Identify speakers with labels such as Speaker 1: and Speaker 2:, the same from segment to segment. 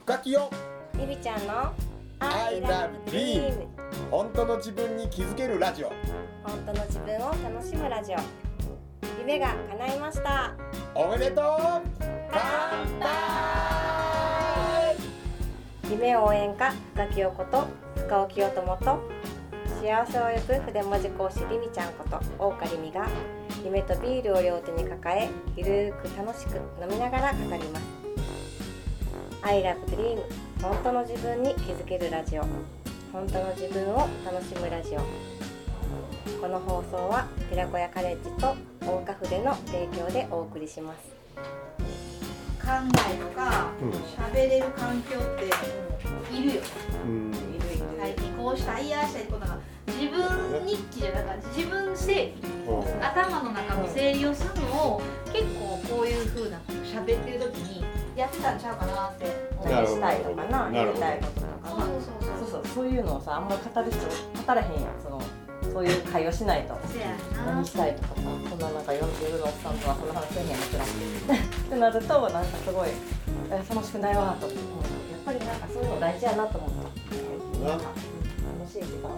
Speaker 1: 深きよ
Speaker 2: ゆりちゃんの
Speaker 1: I love dream 本当の自分に気づけるラジオ
Speaker 2: 本当の自分を楽しむラジオ夢が叶いました
Speaker 1: おめでとう乾杯
Speaker 2: 夢応援歌深木陽子と深尾清友と幸せを呼ぶ筆文字講師りみちゃんこと大岡りみが夢とビールを両手に抱えゆるーく楽しく飲みながら語ります I love dream 本当の自分に気づけるラジオ本当の自分を楽しむラジオこの放送は寺子屋カレッジと大岡筆の提供でお送りします
Speaker 3: 考えとか
Speaker 1: うん
Speaker 3: 喋れる環境っているよ
Speaker 1: うん
Speaker 3: 最近こうしたいああしたいこうなんか自分日記じゃなくて自分整理頭の中の整理をするのを結構こういう風なこと喋ってる時にやってたんちゃうかなって思う
Speaker 1: なるほ
Speaker 4: し
Speaker 1: ど
Speaker 4: たいとかな
Speaker 1: な
Speaker 4: や
Speaker 1: る
Speaker 4: り
Speaker 1: ほど
Speaker 4: たいこととかな
Speaker 3: そうそうそう
Speaker 4: そ
Speaker 3: う
Speaker 4: そうそういうのをさあんまり語る人語らへんやんそのそういう会話しないと
Speaker 3: せやな
Speaker 4: 何したいとかさこんななんか40のおっさんとはそんな話せへんやつらってなるとなんかすごいえ楽しくないわと思うやっぱりなんかそういうの大事やなと思ったなんかうん楽しい時間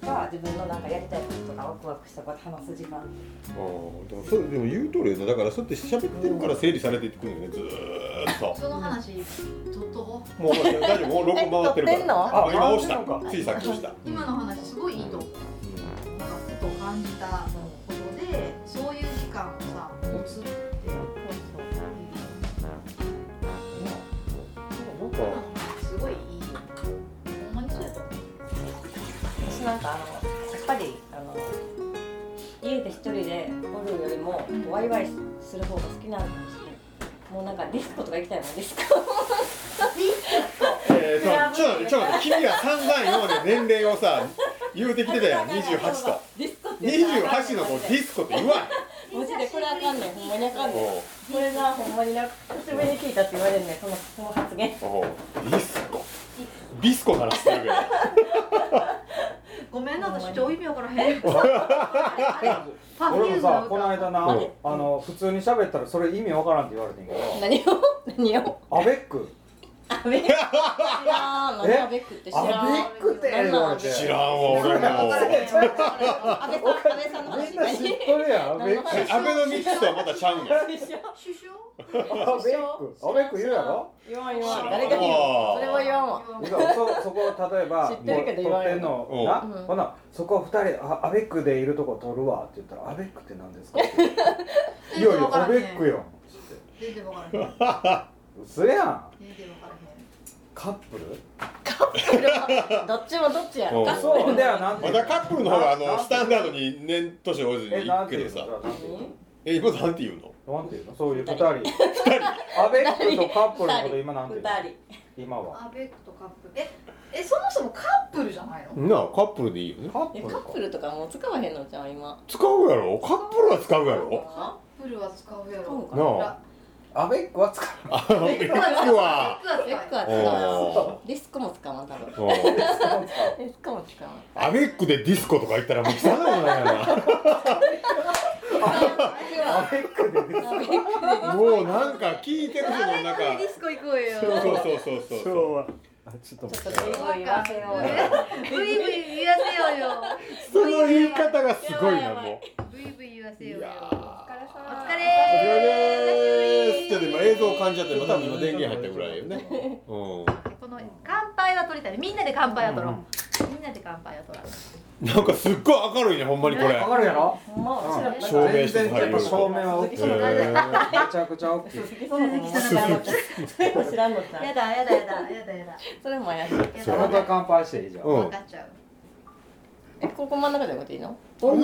Speaker 4: とか自分のなんかやりたいこととかワクワクしたこと話す時間
Speaker 1: でもそれでも言う通りやなだからそうやって喋ってるから整理されていくんよねずーっと
Speaker 3: その話とっとこう
Speaker 1: もう大丈夫もう録音回ってるから
Speaker 4: え撮ってんの
Speaker 1: あ今押し
Speaker 4: あそうなの
Speaker 1: た
Speaker 4: か
Speaker 1: ついさっき押した
Speaker 3: 今の話すごいいいと思うなんかことを感じたことでそういう時間をさ持つって
Speaker 1: なんか
Speaker 3: すごいいいよほんまにそうやと思う
Speaker 4: 私なんかあのやっぱりあの家で一人でおるよりもワイワイする方が好きなのかもしれないもうなんかディスコとか行きたいもんディスコ
Speaker 1: えー、ちょちょっとちょっと待って君は散々今まで年齢をさ言うてきてたやん28と
Speaker 4: ディスコって言ったらあかん
Speaker 1: 28
Speaker 4: ねん
Speaker 1: の子ディスコって言わん
Speaker 4: マジでこれあかんねんほんまにあかんねん
Speaker 1: おう
Speaker 4: これなほんまにな久しぶりに聞いたって言われるねんそのその発言
Speaker 1: おうディスコビスコ鳴らしてるけど
Speaker 3: ごめんな私超意味わからへんパフュ
Speaker 5: 俺
Speaker 3: ーズ
Speaker 5: も
Speaker 3: の
Speaker 5: さ
Speaker 3: 歌
Speaker 5: この間な、
Speaker 1: うん
Speaker 5: あの普通に喋ったらそれ意味わからんって言われてんけど
Speaker 4: 何を何を
Speaker 5: アベック
Speaker 4: アベック知らん何
Speaker 5: え
Speaker 4: アベックって知らん
Speaker 5: アベックって言われて
Speaker 1: 知らんわ俺も
Speaker 4: 安倍さん安倍さんの
Speaker 5: み
Speaker 4: 話
Speaker 5: んな知
Speaker 4: 何
Speaker 5: っとるやんアベック
Speaker 1: アベノミクスとはまたちゃうの
Speaker 4: でしょ
Speaker 3: 首相
Speaker 5: アベックアベック言うやろ
Speaker 4: 言わん言わ
Speaker 1: 知ら
Speaker 4: ん
Speaker 1: ん
Speaker 4: 誰が言うのそれは言わんわ
Speaker 5: いやそそこを例えば
Speaker 4: 知ってるけど言
Speaker 5: 撮
Speaker 4: わ
Speaker 5: っ
Speaker 4: れ
Speaker 5: て
Speaker 4: る
Speaker 5: んの
Speaker 1: うん
Speaker 5: な、
Speaker 4: うん
Speaker 5: ほなそこ二人あアベックでいるとこ撮るわって言ったらアベックって何ですかいやい
Speaker 3: 全然わから
Speaker 5: や
Speaker 3: へ
Speaker 5: ア
Speaker 3: ん
Speaker 5: ベックよ
Speaker 3: 全然わからへん
Speaker 5: 嘘やん
Speaker 3: 全然わから
Speaker 5: カップル
Speaker 4: どっちもどっちや
Speaker 1: おう
Speaker 5: そうではなんて
Speaker 1: ま
Speaker 5: 言う
Speaker 1: だ
Speaker 5: の
Speaker 1: カップルの方があのスタンダードに年年応じて
Speaker 5: え
Speaker 1: い
Speaker 5: な
Speaker 1: く
Speaker 5: ん
Speaker 1: け
Speaker 5: て言
Speaker 1: ど
Speaker 5: うの
Speaker 1: さ
Speaker 5: じゃあなんて言うの
Speaker 1: え今なんて言うの
Speaker 5: なんていうのそういう二人二人アベックとカップルのこと今なんていうの
Speaker 4: 二
Speaker 5: 今は
Speaker 3: へんアベックとカップルええそもそもカップルじゃないの
Speaker 1: なあカップルでいいよね
Speaker 5: カップ
Speaker 4: 人
Speaker 5: ル
Speaker 4: カッ
Speaker 5: か
Speaker 4: プルとかもう使わへんのじゃん今
Speaker 1: 使うやろカップルは使うやろ
Speaker 3: カップルは使うやろ
Speaker 4: そうか
Speaker 1: なあ
Speaker 5: アベックは使う
Speaker 1: あアベックは
Speaker 3: アベ
Speaker 4: デ
Speaker 3: ッ
Speaker 4: ィス
Speaker 3: ク
Speaker 4: コ
Speaker 3: は
Speaker 4: は使わんディスコも使わん多分
Speaker 1: おう
Speaker 4: ディスコも使わん
Speaker 1: アベックでディスコとか言ったらもう汚いもんやな
Speaker 5: アベックでね
Speaker 1: もうなんか聞いてる人のなんか
Speaker 3: ディスコ行こうよ
Speaker 1: そうそうそうそうそう
Speaker 5: はあちょっと待って
Speaker 4: ちょっと英語言わせよう
Speaker 3: ブイブイ言わせようよ
Speaker 1: その言い方がすごいなも
Speaker 3: ブイブイ言わ
Speaker 1: う
Speaker 3: せ
Speaker 1: い
Speaker 3: ようよ
Speaker 1: や
Speaker 3: お疲れ
Speaker 1: ー
Speaker 3: 様
Speaker 1: お疲れ様ですちょっと今映像感じちゃったよ多分今電源入ったぐらいよねう
Speaker 3: この乾杯は取りたいみんなで乾杯は取ろう、みんなで乾杯は取ろうん
Speaker 1: なんかすっごい明るいねほんまにこれ
Speaker 5: わかるやろ
Speaker 4: ほんまうちら
Speaker 1: 照明室
Speaker 5: 全
Speaker 1: 入
Speaker 5: 然
Speaker 1: る
Speaker 5: やっぱ照明は大きい
Speaker 1: へ
Speaker 5: め
Speaker 1: ー
Speaker 5: ちゃくちゃ大きい
Speaker 4: 鈴木そうもそれも知らんのちゃ
Speaker 3: や
Speaker 4: う
Speaker 3: だやだやだやだやだ
Speaker 4: それも怪しい
Speaker 5: それが乾杯していいじゃん
Speaker 1: うん
Speaker 3: 分かっちゃう
Speaker 4: えここ真ん中でもっていいの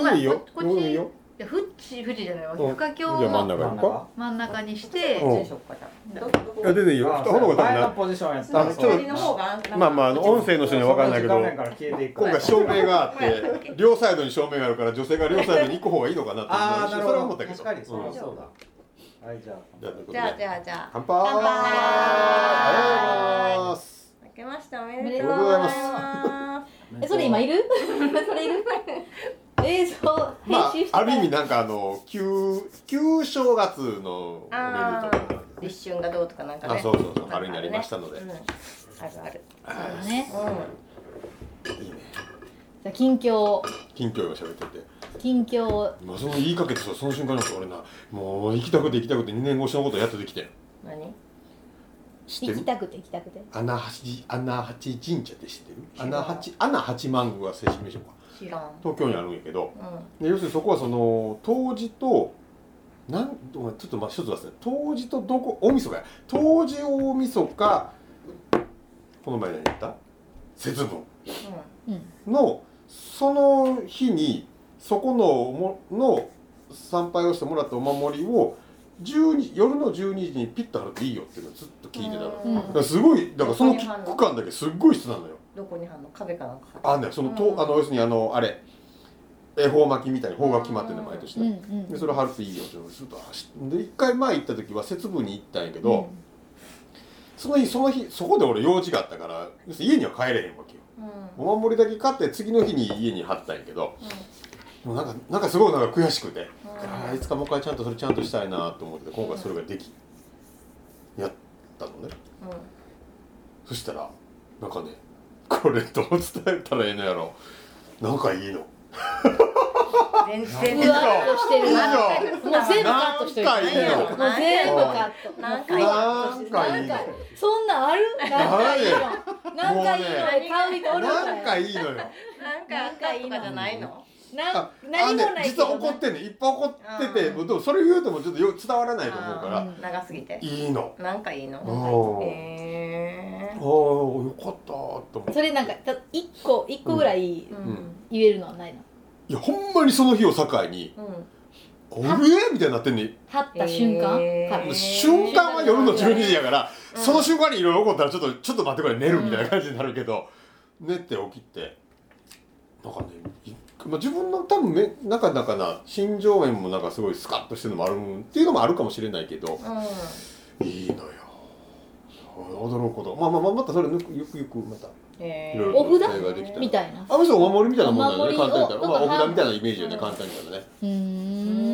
Speaker 1: あいいよ
Speaker 3: ここっち
Speaker 1: うんいいよ
Speaker 3: いやフッチフッチじゃないわ
Speaker 1: うん
Speaker 3: 深京
Speaker 1: じゃあ真ん
Speaker 3: を
Speaker 1: 中
Speaker 5: 真
Speaker 1: 行
Speaker 5: ん
Speaker 1: こ
Speaker 5: 中
Speaker 3: 真ん中にして
Speaker 1: うん
Speaker 4: 住所かじゃどどこ
Speaker 1: ういや全然いいよ
Speaker 5: あ
Speaker 1: ほの子多
Speaker 5: 前の
Speaker 1: 分
Speaker 5: ポジションやった
Speaker 1: あちょ
Speaker 5: ら
Speaker 1: っと
Speaker 4: 左の方が
Speaker 1: なまあまああの音声の人には分かんないけど
Speaker 5: 画面から消えていく
Speaker 1: 今回照明があって両サイドに照明があるから女性が両サイドに行く方がいいのかなって
Speaker 5: ああなるほ
Speaker 1: それは
Speaker 5: ど
Speaker 1: 思ったけど
Speaker 5: 確かにそううん
Speaker 1: じゃ
Speaker 5: そうだはいじゃ
Speaker 1: あということ
Speaker 2: じゃあ
Speaker 1: で
Speaker 2: じゃあじゃあ
Speaker 1: 乾杯
Speaker 2: 乾杯
Speaker 1: ありがとうございます
Speaker 2: 明けましておめで
Speaker 1: おめでと
Speaker 2: とうご
Speaker 1: うござい
Speaker 2: ざい
Speaker 1: ま
Speaker 2: ますす
Speaker 5: あ
Speaker 4: えそれ今いるそれいる映像
Speaker 1: ま
Speaker 4: 編
Speaker 1: あ
Speaker 4: 集して、
Speaker 1: ある意味なんかあの旧旧正月のおめでとうみたいな感じ
Speaker 4: 立春がどうとかなんかね
Speaker 1: あそうそうそう
Speaker 4: なんかね
Speaker 1: 春になりましたので
Speaker 4: うん、あるある
Speaker 6: そうだね
Speaker 4: う
Speaker 1: いいね
Speaker 6: じゃあ近況を
Speaker 1: 近況を喋ってて
Speaker 6: 近況を
Speaker 1: まあその言いかけてさその瞬間なんか俺なもう行きたくて行きたくて2年越しのことやっとできてん
Speaker 4: ん何
Speaker 1: 知って
Speaker 6: 行き
Speaker 1: る
Speaker 6: たくて行きたくて
Speaker 1: 穴八穴八神社って知ってる穴八穴八幡宮は正式名称か
Speaker 4: 知らん
Speaker 1: 東京にあるんやけど
Speaker 4: うん
Speaker 1: で要するにそこはその冬至となんちょっとまあ一つですね冬至とどこ大晦日や冬至大晦日この前何言った節分
Speaker 6: うん
Speaker 1: のその日にそこのもの参拝をしてもらったお守りを12夜の12時にピッと貼るといいよっていうのをずっと聞いてたのだ
Speaker 4: うん
Speaker 6: うん
Speaker 1: からすごいだからその
Speaker 4: どこ
Speaker 1: き
Speaker 4: に貼るの
Speaker 1: 区間だけすっごい質なのよ
Speaker 4: どこに貼んの壁かなんか貼る
Speaker 1: あんねそのと、
Speaker 4: うん
Speaker 1: あの要するにあのあれ恵方巻きみたいに方が決まってるの
Speaker 4: うん
Speaker 1: 毎年
Speaker 6: うん
Speaker 1: ね、
Speaker 6: うん
Speaker 1: でそれ貼るといいよってずっと走ってで一回前行った時は節分に行ったんやけど、その日その日そこで俺用事があったから要するに家には帰れへんわけよ
Speaker 4: うん
Speaker 1: お守りだけ買って次の日に家に貼ったんやけどもうなんかなんかすごいなんか悔しくて、ああいつかもう一回ちゃんとそれちゃんとしたいなと思ってて今回それができ、やったのね
Speaker 4: うんうん
Speaker 1: そしたらなんかねこれどう伝えたらええのやろなんかいいのう
Speaker 4: 全然
Speaker 1: ん
Speaker 6: うわーっとしてるなも
Speaker 1: いいの
Speaker 6: う全部カットしといて
Speaker 1: なんかいいの
Speaker 6: もう全部カット
Speaker 4: なんかいいの
Speaker 1: なんかいいの
Speaker 6: そんなんあるなんかいいのなん
Speaker 1: もうね
Speaker 6: かいいの買う人おるん
Speaker 1: なん
Speaker 6: だ
Speaker 1: か
Speaker 6: よ
Speaker 1: いいのよ
Speaker 4: なんかあったとかじゃないの
Speaker 6: な
Speaker 1: あ
Speaker 6: 何も
Speaker 1: あの
Speaker 6: ない
Speaker 1: ね
Speaker 6: け
Speaker 1: 実は
Speaker 6: ど
Speaker 1: 怒ってんねいっぱい怒ってて
Speaker 4: うん
Speaker 1: もうでもそれ言うともちょっとよ伝わらないと思うか
Speaker 4: あ
Speaker 1: ら
Speaker 4: ー長すぎて
Speaker 1: いいの
Speaker 4: なんかいいの
Speaker 1: おー
Speaker 4: へ
Speaker 1: ああよかったと思って
Speaker 6: それなんかた一個一個ぐらい
Speaker 4: ーうん
Speaker 6: 言えるのはないの
Speaker 1: いやほんまにその日を境に
Speaker 4: うん
Speaker 1: 「おえ!」みたいになってんね
Speaker 6: 貼った瞬間
Speaker 4: えー
Speaker 6: から
Speaker 4: へ
Speaker 1: 瞬間は夜の12時やから、
Speaker 4: うん
Speaker 1: その瞬間にいろいろ起こったらちょっとちょっと待ってくれ寝るみたいな感じになるけど、寝て起きてなんかねいまあ自分の多分めなんかなんかな心情面もなんかすごいスカッとしてるのもあるんっていうのもあるかもしれないけど
Speaker 4: う
Speaker 1: いいのよ驚くことまあまあまあまたそれぬくゆくゆくまた
Speaker 4: んへ
Speaker 1: い
Speaker 4: ー
Speaker 1: ろい
Speaker 6: お
Speaker 1: ろ
Speaker 6: 札
Speaker 1: ができたら
Speaker 6: みたいな
Speaker 1: あの人お守りみたいなもんだよね
Speaker 6: お
Speaker 1: 簡
Speaker 6: 守り
Speaker 1: 単
Speaker 6: を
Speaker 1: に言ったら、ま
Speaker 6: だか
Speaker 1: あ、お
Speaker 6: ら
Speaker 1: 札みたいなイメージよね、
Speaker 4: うん
Speaker 1: 簡単に言ったらね、
Speaker 6: うー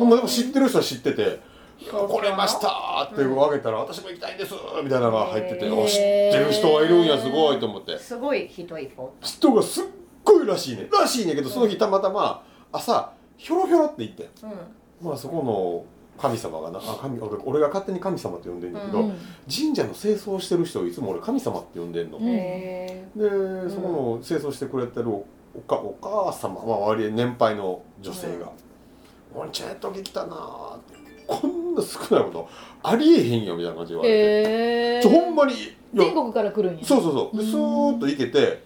Speaker 6: ん
Speaker 1: まあ、でも知ってる人は知ってて
Speaker 4: そう
Speaker 1: 来れましたーってあげたら、私も行きたいんですみたいなのが入ってて、
Speaker 4: へー
Speaker 1: お知ってる人がいるんやすごいと思って
Speaker 4: すごい人いっぱいおった
Speaker 1: 人がすっごいらしいねらしいねんけどその日たまたま朝ひょろひょろって行ってん
Speaker 4: うん
Speaker 1: まあそこの神様がなあ神俺俺が勝手に神様って呼んでんだけど、
Speaker 4: うん
Speaker 1: 神社の清掃してる人をいつも俺神様って呼んでんの、
Speaker 6: うん
Speaker 4: へ
Speaker 1: でそこの清掃してくれてるおおかお母様まあ割合年配の女性が「俺ちゃんと来たなー」ってこんな少ないことありえへんよみたいな感じで言われて。
Speaker 6: へえ
Speaker 1: ちょほんまにいや
Speaker 6: 全国から来るんや
Speaker 1: そうそうそうで
Speaker 6: うん
Speaker 1: スーッと行けて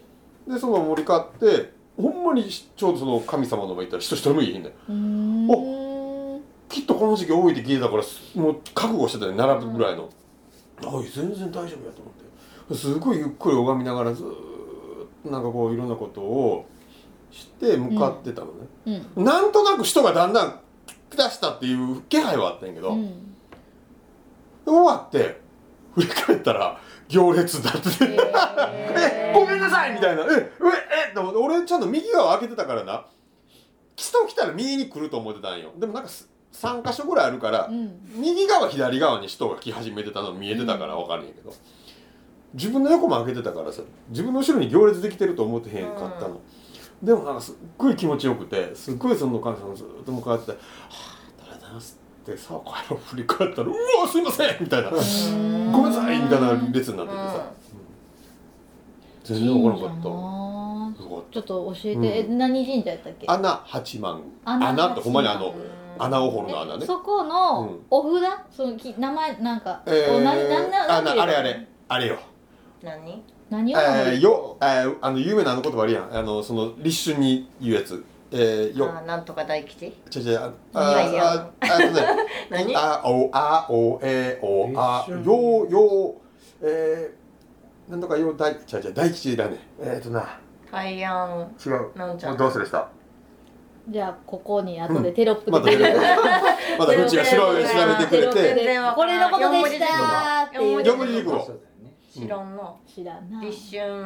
Speaker 1: でその森買ってほんまにしちょうどその神様の前行ったら人一人もいへんねん
Speaker 6: うーん
Speaker 1: きっとこの時期多いって聞いてたからすもう覚悟してたね並ぶぐらいの、あい全然大丈夫やと思ってすごいゆっくり拝みながらずーっとなんかこういろんなことをして向かってたのね、
Speaker 6: うん
Speaker 1: なんとなく人がだんだん来だしたっていう気配はあったんやけど、
Speaker 6: うん
Speaker 1: 終わって振り返ったら行列だってて えごめんなさいみたいな「ええええと思って俺ちゃんと右側開けてたからな人来たら右に来ると思ってたんよでもなんか3箇所ぐらいあるから
Speaker 6: うん
Speaker 1: 右側左側に人が来始めてたの見えてたから
Speaker 6: うん
Speaker 1: 分かるんやけど、自分の横も開けてたからさ自分の後ろに行列できてると思ってへんかったの、でもなんかすっごい気持ちよくてすっごいその神様ずっと向かってて「はあありがとうございます」ってさあ帰ろう振り返ったら「うわすいません」みたいな「
Speaker 4: ー
Speaker 1: ごめんなさい」みたいな列になっててさ、全然怒らなかっ
Speaker 6: 神
Speaker 1: た
Speaker 6: 社。な
Speaker 1: よかっ
Speaker 6: ちょっと教えて、
Speaker 1: うん
Speaker 6: え何神社やったっけ
Speaker 1: た穴八幡
Speaker 6: 穴
Speaker 1: 穴
Speaker 6: 八幡
Speaker 1: ってほんまにあの
Speaker 4: うん
Speaker 1: 穴を掘るの穴ね
Speaker 6: えそこ
Speaker 1: う
Speaker 6: の
Speaker 1: ん
Speaker 6: お札、そのき名前なんか、
Speaker 1: えー
Speaker 6: おななんな
Speaker 1: あ
Speaker 6: なんて
Speaker 1: なあれあ
Speaker 6: 言う
Speaker 1: れあれよ
Speaker 4: 何
Speaker 6: 何を名前
Speaker 1: えー
Speaker 6: 言う
Speaker 1: よえーあの有名なあの言葉あるやんあのその立春に言うやつえー、
Speaker 4: あ
Speaker 1: よ
Speaker 4: ーなんとか大吉
Speaker 1: ちゃちゃあ
Speaker 4: いやい
Speaker 1: あ
Speaker 4: や
Speaker 1: ああの ね
Speaker 4: 何
Speaker 1: あおあおえおあ
Speaker 5: 立春
Speaker 1: ようようえー、なんとかよう大ちゃちゃ大吉だねえっ、ー、とな
Speaker 4: 大安
Speaker 1: 違う
Speaker 4: なんちゃ
Speaker 1: もう
Speaker 4: ら
Speaker 1: どうするした
Speaker 6: じゃあここに後でテロップ
Speaker 1: また
Speaker 6: 出てくる、
Speaker 1: またうちが調べ調べてくれ
Speaker 6: テロップ
Speaker 1: て
Speaker 6: でこれのことでしたーっていう
Speaker 1: 四文字熟語
Speaker 4: 知らんの
Speaker 6: 知らんな
Speaker 4: 立春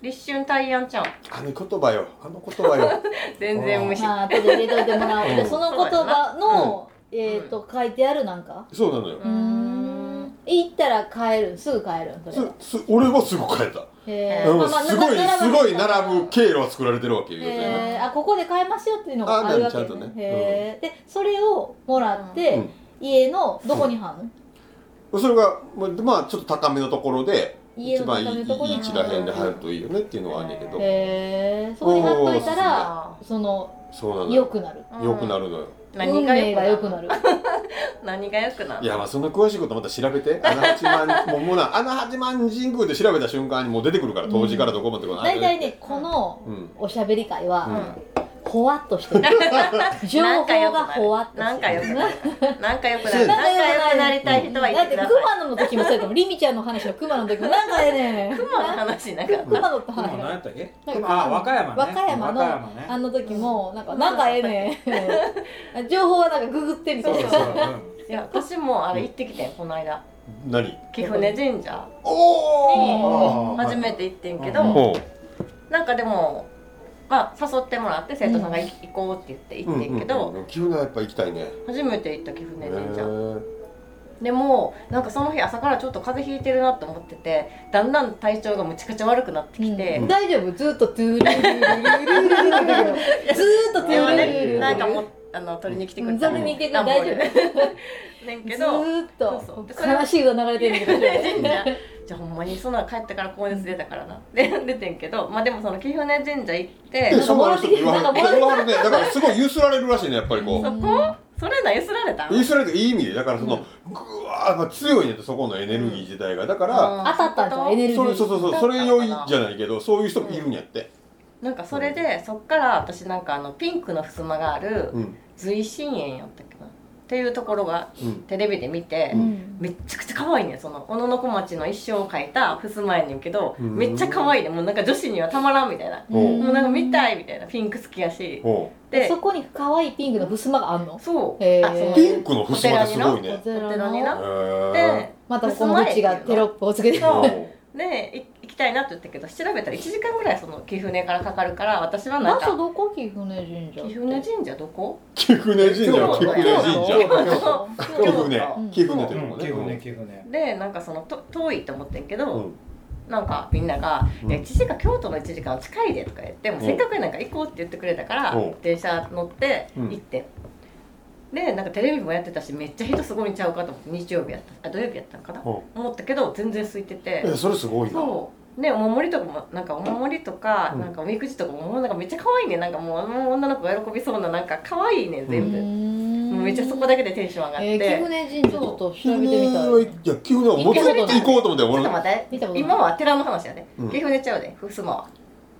Speaker 4: 立春大安ちゃん
Speaker 1: あの言葉よあの言葉よ
Speaker 4: 全然無視
Speaker 6: まあ後で入れといてもらおう、
Speaker 1: うん
Speaker 6: でその言葉の、えっ、と書いてあるなんか
Speaker 1: そうなのよ
Speaker 4: うん
Speaker 6: 行ったら帰るすぐ帰るんそれは
Speaker 1: すす俺はすぐ帰った、
Speaker 6: へ
Speaker 1: う
Speaker 6: ー
Speaker 1: ん
Speaker 6: まあまあ
Speaker 1: すごい
Speaker 6: な
Speaker 1: す
Speaker 6: ば
Speaker 1: ごい並ぶ経路は作られてるわけよ、要するにね
Speaker 6: へーあここで買えますよっていうの
Speaker 1: あ
Speaker 6: があるわ
Speaker 1: ちゃ
Speaker 6: け
Speaker 1: んとね
Speaker 6: へーでそれをもらって、
Speaker 1: うん
Speaker 6: 家のどこに貼るの、
Speaker 1: それがまあでまあちょっと高めのところで
Speaker 6: 家
Speaker 1: 一
Speaker 6: の
Speaker 1: 番いいい
Speaker 6: 畳の
Speaker 1: い
Speaker 6: とこに
Speaker 1: 位置らへんで入るといいよねっていうのはあんねんけど、
Speaker 6: へえそこに貼っといたらその
Speaker 1: そうなの
Speaker 6: 良
Speaker 1: よ
Speaker 6: くなる
Speaker 1: よくなるのよ
Speaker 6: 運命が良くなる
Speaker 4: 何が良くなる
Speaker 1: いやまあそんな詳しいことまた調べて穴八幡もうもうな穴八幡神宮で調べた瞬間にもう出てくるから当時からどこまでこの
Speaker 6: 大体ねこの
Speaker 1: うん
Speaker 6: おしゃべり会
Speaker 1: うん
Speaker 6: はほわっ としてる情報がほわっとしてる
Speaker 4: なんか良くなるなんか良くな
Speaker 1: そう
Speaker 4: るなんか良くなりたい人は言
Speaker 6: だ
Speaker 4: っ
Speaker 6: ってて
Speaker 4: ください
Speaker 6: 熊野の時もそうやったもんりみちゃんの話の熊野の時もなんかね
Speaker 4: 熊の話なんか
Speaker 6: 熊野って
Speaker 7: 今何や
Speaker 6: 話
Speaker 7: ったっけ
Speaker 6: なんか
Speaker 7: あ和歌山ね
Speaker 6: 和歌山の
Speaker 7: 和歌山ね
Speaker 6: あの時もなんかなんかええね情報はなんかググってみたいな
Speaker 7: そうそううん
Speaker 4: いや私もあれ行ってきてんこの間
Speaker 1: 何
Speaker 4: 貴船神社
Speaker 1: おお
Speaker 4: 初めて行ってんけど
Speaker 1: ほ
Speaker 4: なんかでもまあ誘ってもらって生徒さんが行行こうって言って
Speaker 1: う
Speaker 4: 行ってんけど
Speaker 1: 急なやっぱ行きたいね
Speaker 4: 初めて行った貴船神
Speaker 1: へ
Speaker 4: 社
Speaker 1: ー
Speaker 4: でもなんかその日朝からちょっと風邪ひいてるなと思っててだんだん体調がむちゃくちゃ悪くなってきて、
Speaker 6: うん大丈夫ずっとトゥールルルルルルルルルルずーっとトゥ
Speaker 4: 電話
Speaker 6: ールルルルル
Speaker 4: で
Speaker 6: ル
Speaker 4: なんかもうあの取りに来てくれ
Speaker 6: うん
Speaker 4: の
Speaker 6: 取りに来てくれた大丈夫
Speaker 4: ねんけ
Speaker 6: ず
Speaker 4: ど
Speaker 6: ーっ
Speaker 4: そう
Speaker 6: と
Speaker 4: そう
Speaker 6: 悲しい歌流れてるんだけ
Speaker 4: 神社じゃあほんまにそんなん帰ってから高熱出たからなで出てんけどまあでもその貴船神社行っ
Speaker 1: で
Speaker 4: て
Speaker 6: なんか
Speaker 1: そ
Speaker 6: も
Speaker 1: こ
Speaker 6: ら
Speaker 1: の
Speaker 6: って
Speaker 1: 人
Speaker 6: き
Speaker 1: 言
Speaker 6: て
Speaker 1: わ
Speaker 6: なんかもら
Speaker 1: は
Speaker 6: って
Speaker 1: る言わはるねだからすごいゆすられるらしいねやっぱりこ
Speaker 4: そうこそれなゆすられた
Speaker 1: ゆすられていい意味でだからそのぐわーまあ強いねってそこのエネルギー自体がだから
Speaker 6: 当たったんじゃんエネルギ
Speaker 1: それ
Speaker 6: ー
Speaker 1: そうそうそうそれ良いじゃないけどそういう人もいるんやって
Speaker 4: なんかそれでそっから私なんかあのピンクの襖がある
Speaker 1: うん
Speaker 4: 随心園やったっけなっていうところが
Speaker 1: うん
Speaker 4: テレビで見て、
Speaker 6: うん
Speaker 4: めっちゃくちゃ可愛いねその小野小町の一生を書いた襖やねんけど
Speaker 1: うん
Speaker 4: めっちゃ可愛いねもうなんか女子にはたまらんみたいな、
Speaker 1: ほ
Speaker 6: うん
Speaker 1: う
Speaker 4: もうなんか見たいみたいなピンク好きやし
Speaker 1: ほ
Speaker 4: で
Speaker 6: そこに可愛いピンクの襖があんの
Speaker 4: そう
Speaker 6: へー
Speaker 4: あそう
Speaker 1: ピンクの襖ってすごいね
Speaker 6: お
Speaker 4: お
Speaker 6: 寺
Speaker 4: 寺に
Speaker 6: の
Speaker 4: な
Speaker 1: へ
Speaker 4: で
Speaker 6: またこの口がテロップをつけて
Speaker 4: そう
Speaker 1: ー
Speaker 4: でい行きたいなって言ったけど調べたら1時間ぐらいその貴船からかかるから私はなん
Speaker 6: 場所
Speaker 4: か
Speaker 6: どこ貴船神社
Speaker 4: 貴船神社どこ
Speaker 1: 貴船神社は貴船神
Speaker 4: 京
Speaker 1: 社
Speaker 4: 都
Speaker 1: 貴
Speaker 4: 京
Speaker 1: 船
Speaker 4: 都
Speaker 1: 貴船って
Speaker 7: う
Speaker 1: いうんのも
Speaker 7: 寄付ね
Speaker 1: ね
Speaker 7: 寄付ね
Speaker 4: でなんかそのと遠いと思ってんけ
Speaker 1: う
Speaker 4: ど、
Speaker 1: ん
Speaker 4: なんかみんなが「
Speaker 1: うん
Speaker 4: いや1時間京都の1時間近いで」とか言って「もうせっかくやなんか行こう」って言ってくれたから
Speaker 1: うん
Speaker 4: 電車乗って
Speaker 1: うん
Speaker 4: 行って、でなんかテレビもやってたしめっちゃ人すごいんちゃうかと思って日曜日やったあ土曜日やったのかな、
Speaker 1: うん
Speaker 4: 思ったけど全然空いてて
Speaker 1: えそれすごいな
Speaker 4: そうでお守りとかもなんかお守りとか、
Speaker 1: うん
Speaker 4: なんかおみくじとかももうなんかめっちゃ可愛いねなんかもうもう女の子が喜びそうななんか可愛いね全部、もうめっちゃそこだけでテンション上がって、
Speaker 6: えー、貴船神社ちょっと
Speaker 1: 貴
Speaker 6: 調べてみ
Speaker 1: 船
Speaker 6: た
Speaker 1: はい
Speaker 6: い
Speaker 1: や貴船はもうずっと行こうと思って
Speaker 4: ちょっと
Speaker 1: 俺
Speaker 4: 待って
Speaker 6: 見たことない
Speaker 4: 今は寺の話やで、
Speaker 1: うん
Speaker 4: 岐阜寝ちゃうでふすまは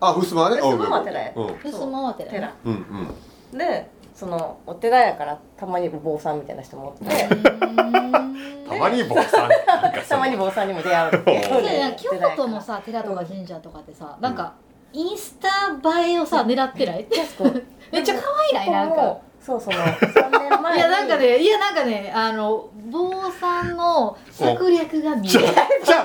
Speaker 1: あ襖は
Speaker 4: ふ
Speaker 1: ね
Speaker 4: すまは寺や
Speaker 1: うんうん
Speaker 6: ふすまは寺
Speaker 4: 寺
Speaker 1: うん
Speaker 4: でそのお寺やからたまにお坊さんみたいな 人もおって
Speaker 1: たまに坊さんなんかそ
Speaker 4: た
Speaker 1: の
Speaker 4: まに坊さんにも出 会うっていう
Speaker 6: そうやな京都のさ寺とか神社とかってさなんかインスタ映えをさ狙ってないめっちゃ可愛いないなんか
Speaker 4: そうその3年前
Speaker 6: い
Speaker 4: に
Speaker 6: やなんかねいやなんかねあの坊さんの策略が見え
Speaker 1: じ
Speaker 6: る
Speaker 1: ゃ
Speaker 6: いや
Speaker 1: あじゃあじゃあじゃ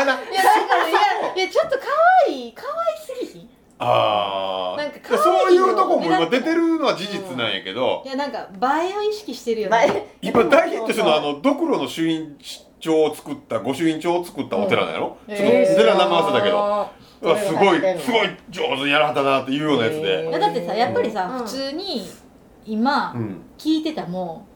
Speaker 1: ああな
Speaker 6: なんかねいやいやちょっと可愛い可愛すぎひん
Speaker 1: あ
Speaker 6: なんか
Speaker 1: あ
Speaker 6: 可
Speaker 1: そう
Speaker 6: 愛
Speaker 1: い
Speaker 6: いの
Speaker 1: うとこも今出てるのは事実なんやけど
Speaker 6: いやなんか映えを意識してる よ
Speaker 4: 前
Speaker 6: ね
Speaker 1: 今大ヒットしてるのはあのドクロの朱印帳を作った御朱印帳を作ったお寺なんやろちょっと
Speaker 6: えー
Speaker 1: 寺名前忘れたけどうわ
Speaker 4: そ
Speaker 1: す
Speaker 4: れ
Speaker 1: ご
Speaker 4: が入
Speaker 1: い
Speaker 4: ってんの
Speaker 1: すごい上手にやらはったなっていうようなやつ
Speaker 6: い
Speaker 1: で
Speaker 6: やだってさやっぱりさ
Speaker 4: うん
Speaker 6: 普通に今
Speaker 1: うん
Speaker 6: 聞いてたも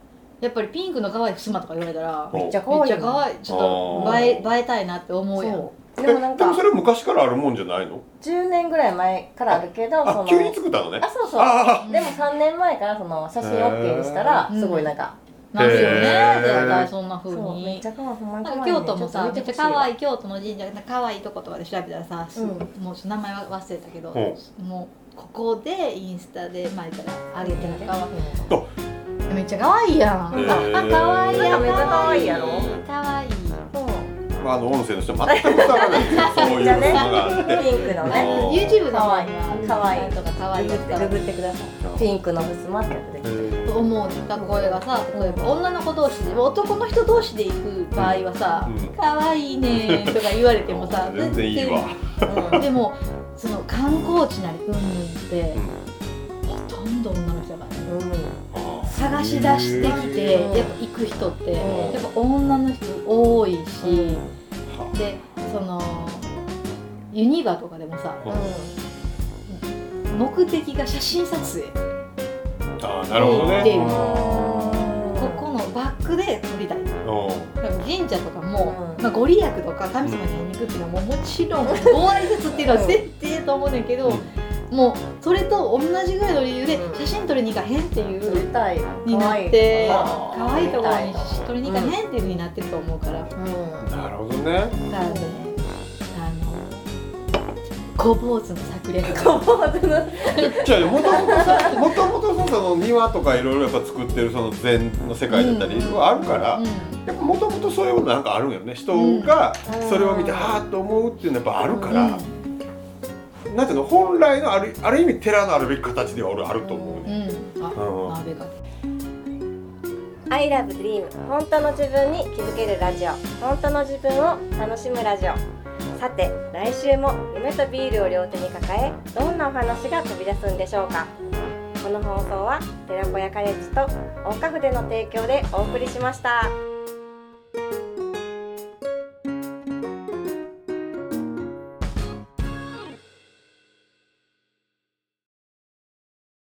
Speaker 6: んやっぱりピンクの可愛い襖とか言われたら
Speaker 1: め
Speaker 4: めっちゃ
Speaker 6: め
Speaker 4: 可
Speaker 6: っ
Speaker 4: 愛い
Speaker 6: ちゃ
Speaker 4: の
Speaker 6: 可愛いちょっと映え映えたいなって思うやん
Speaker 4: そう
Speaker 1: え
Speaker 4: でもなん
Speaker 1: でもそ
Speaker 4: か
Speaker 1: れ昔からあるもんじゃないの
Speaker 4: 10年ぐらい前からあるけどそ
Speaker 1: あ
Speaker 4: の
Speaker 1: 急に作ったのね
Speaker 4: あそうそう
Speaker 1: あ
Speaker 4: でも3年前からその写真 OK にしたら
Speaker 6: へー
Speaker 4: すごいなんか
Speaker 6: なんですよね
Speaker 1: へー
Speaker 6: 絶対そんな風
Speaker 4: そうめっ
Speaker 6: に
Speaker 4: ちゃ可愛いほんまに可
Speaker 6: な
Speaker 4: 愛いね
Speaker 6: んか京都もさめっちゃ可
Speaker 4: い
Speaker 6: 愛い京都の神社なんか可愛いとことかで調べたらさ、す
Speaker 4: う
Speaker 6: もうちょっと名前は忘れたけど、
Speaker 1: ほ
Speaker 6: もうここでインスタでまあ言ったらあげてるかわ
Speaker 1: う
Speaker 6: めっちゃ可愛いやん、
Speaker 1: へ
Speaker 6: あ
Speaker 1: ー
Speaker 6: 可愛いやん
Speaker 4: めっちゃ可愛いやろ
Speaker 6: 可愛い
Speaker 1: まああの音声の人全く伝わらないですよそういうのがあって
Speaker 4: ピンクの
Speaker 1: あ
Speaker 4: ね
Speaker 1: ー
Speaker 6: YouTube の
Speaker 4: 可
Speaker 6: 方
Speaker 4: 愛い
Speaker 6: には
Speaker 4: 可愛い
Speaker 6: とか可愛いとか
Speaker 4: ググってくださいピンクのふすまってやつで
Speaker 1: へー
Speaker 6: 思う歌声がさ例えば女の子同士で男の人同士で行く場合はさ
Speaker 1: うん
Speaker 6: 「可愛いね」とか言われて もさ
Speaker 1: 全然いいわ
Speaker 4: うん
Speaker 6: でもその観光地なりうんぬんってほとんど女の人だからね
Speaker 4: うん
Speaker 1: あー
Speaker 6: 探し出してきて
Speaker 4: うん
Speaker 6: やっぱ行く人ってや
Speaker 4: うん
Speaker 6: っぱ女の人多いし、
Speaker 1: は
Speaker 6: でそのユニバとかでもさ
Speaker 1: うん
Speaker 6: 目的が写真撮影
Speaker 1: ああなるほどね
Speaker 6: っていう
Speaker 4: うん
Speaker 6: ここのバックで撮りたい
Speaker 1: うん
Speaker 6: なんか神社とかも、
Speaker 4: うん
Speaker 6: まあ、ご利益とか神様に会いに行くっていうのはもうもちろんご挨拶っていうのは絶対やと思うねんだけど、もうそれと同じぐらいの理由で
Speaker 4: うん
Speaker 6: 写真撮りに行かへんっていう、
Speaker 4: 撮りたい
Speaker 6: になっ
Speaker 4: 可愛
Speaker 6: て
Speaker 4: い
Speaker 1: あ
Speaker 6: 可愛いところ
Speaker 4: 撮
Speaker 6: に
Speaker 4: りたい
Speaker 6: 撮りに行かへんっていうふうになってると思うから、だか
Speaker 4: う
Speaker 1: なるほどね
Speaker 6: らねあの小坊主の策略が
Speaker 4: んこうやって
Speaker 1: じゃあもともとさもともとさその庭とかいろいろやっぱ作ってるその禅の世界だったりはあるから、
Speaker 6: うん
Speaker 1: やっぱもともとそういうものなんかあるんよね人がそれを見て、
Speaker 4: うん
Speaker 1: ああと思うっていうのはやっぱあるから、なんていうの本来のあるある意味寺のあるべき形では俺あると思う
Speaker 6: う
Speaker 1: ね、
Speaker 6: んうん
Speaker 1: うん
Speaker 6: あ鍋が
Speaker 2: アイラブドリーム本当の自分に気づけるラジオ本当の自分を楽しむラジオさて来週も夢とビールを両手に抱えどんなお話が飛び出すんでしょうかこの放送は寺子屋カレッジと大花筆の提供でお送りしました。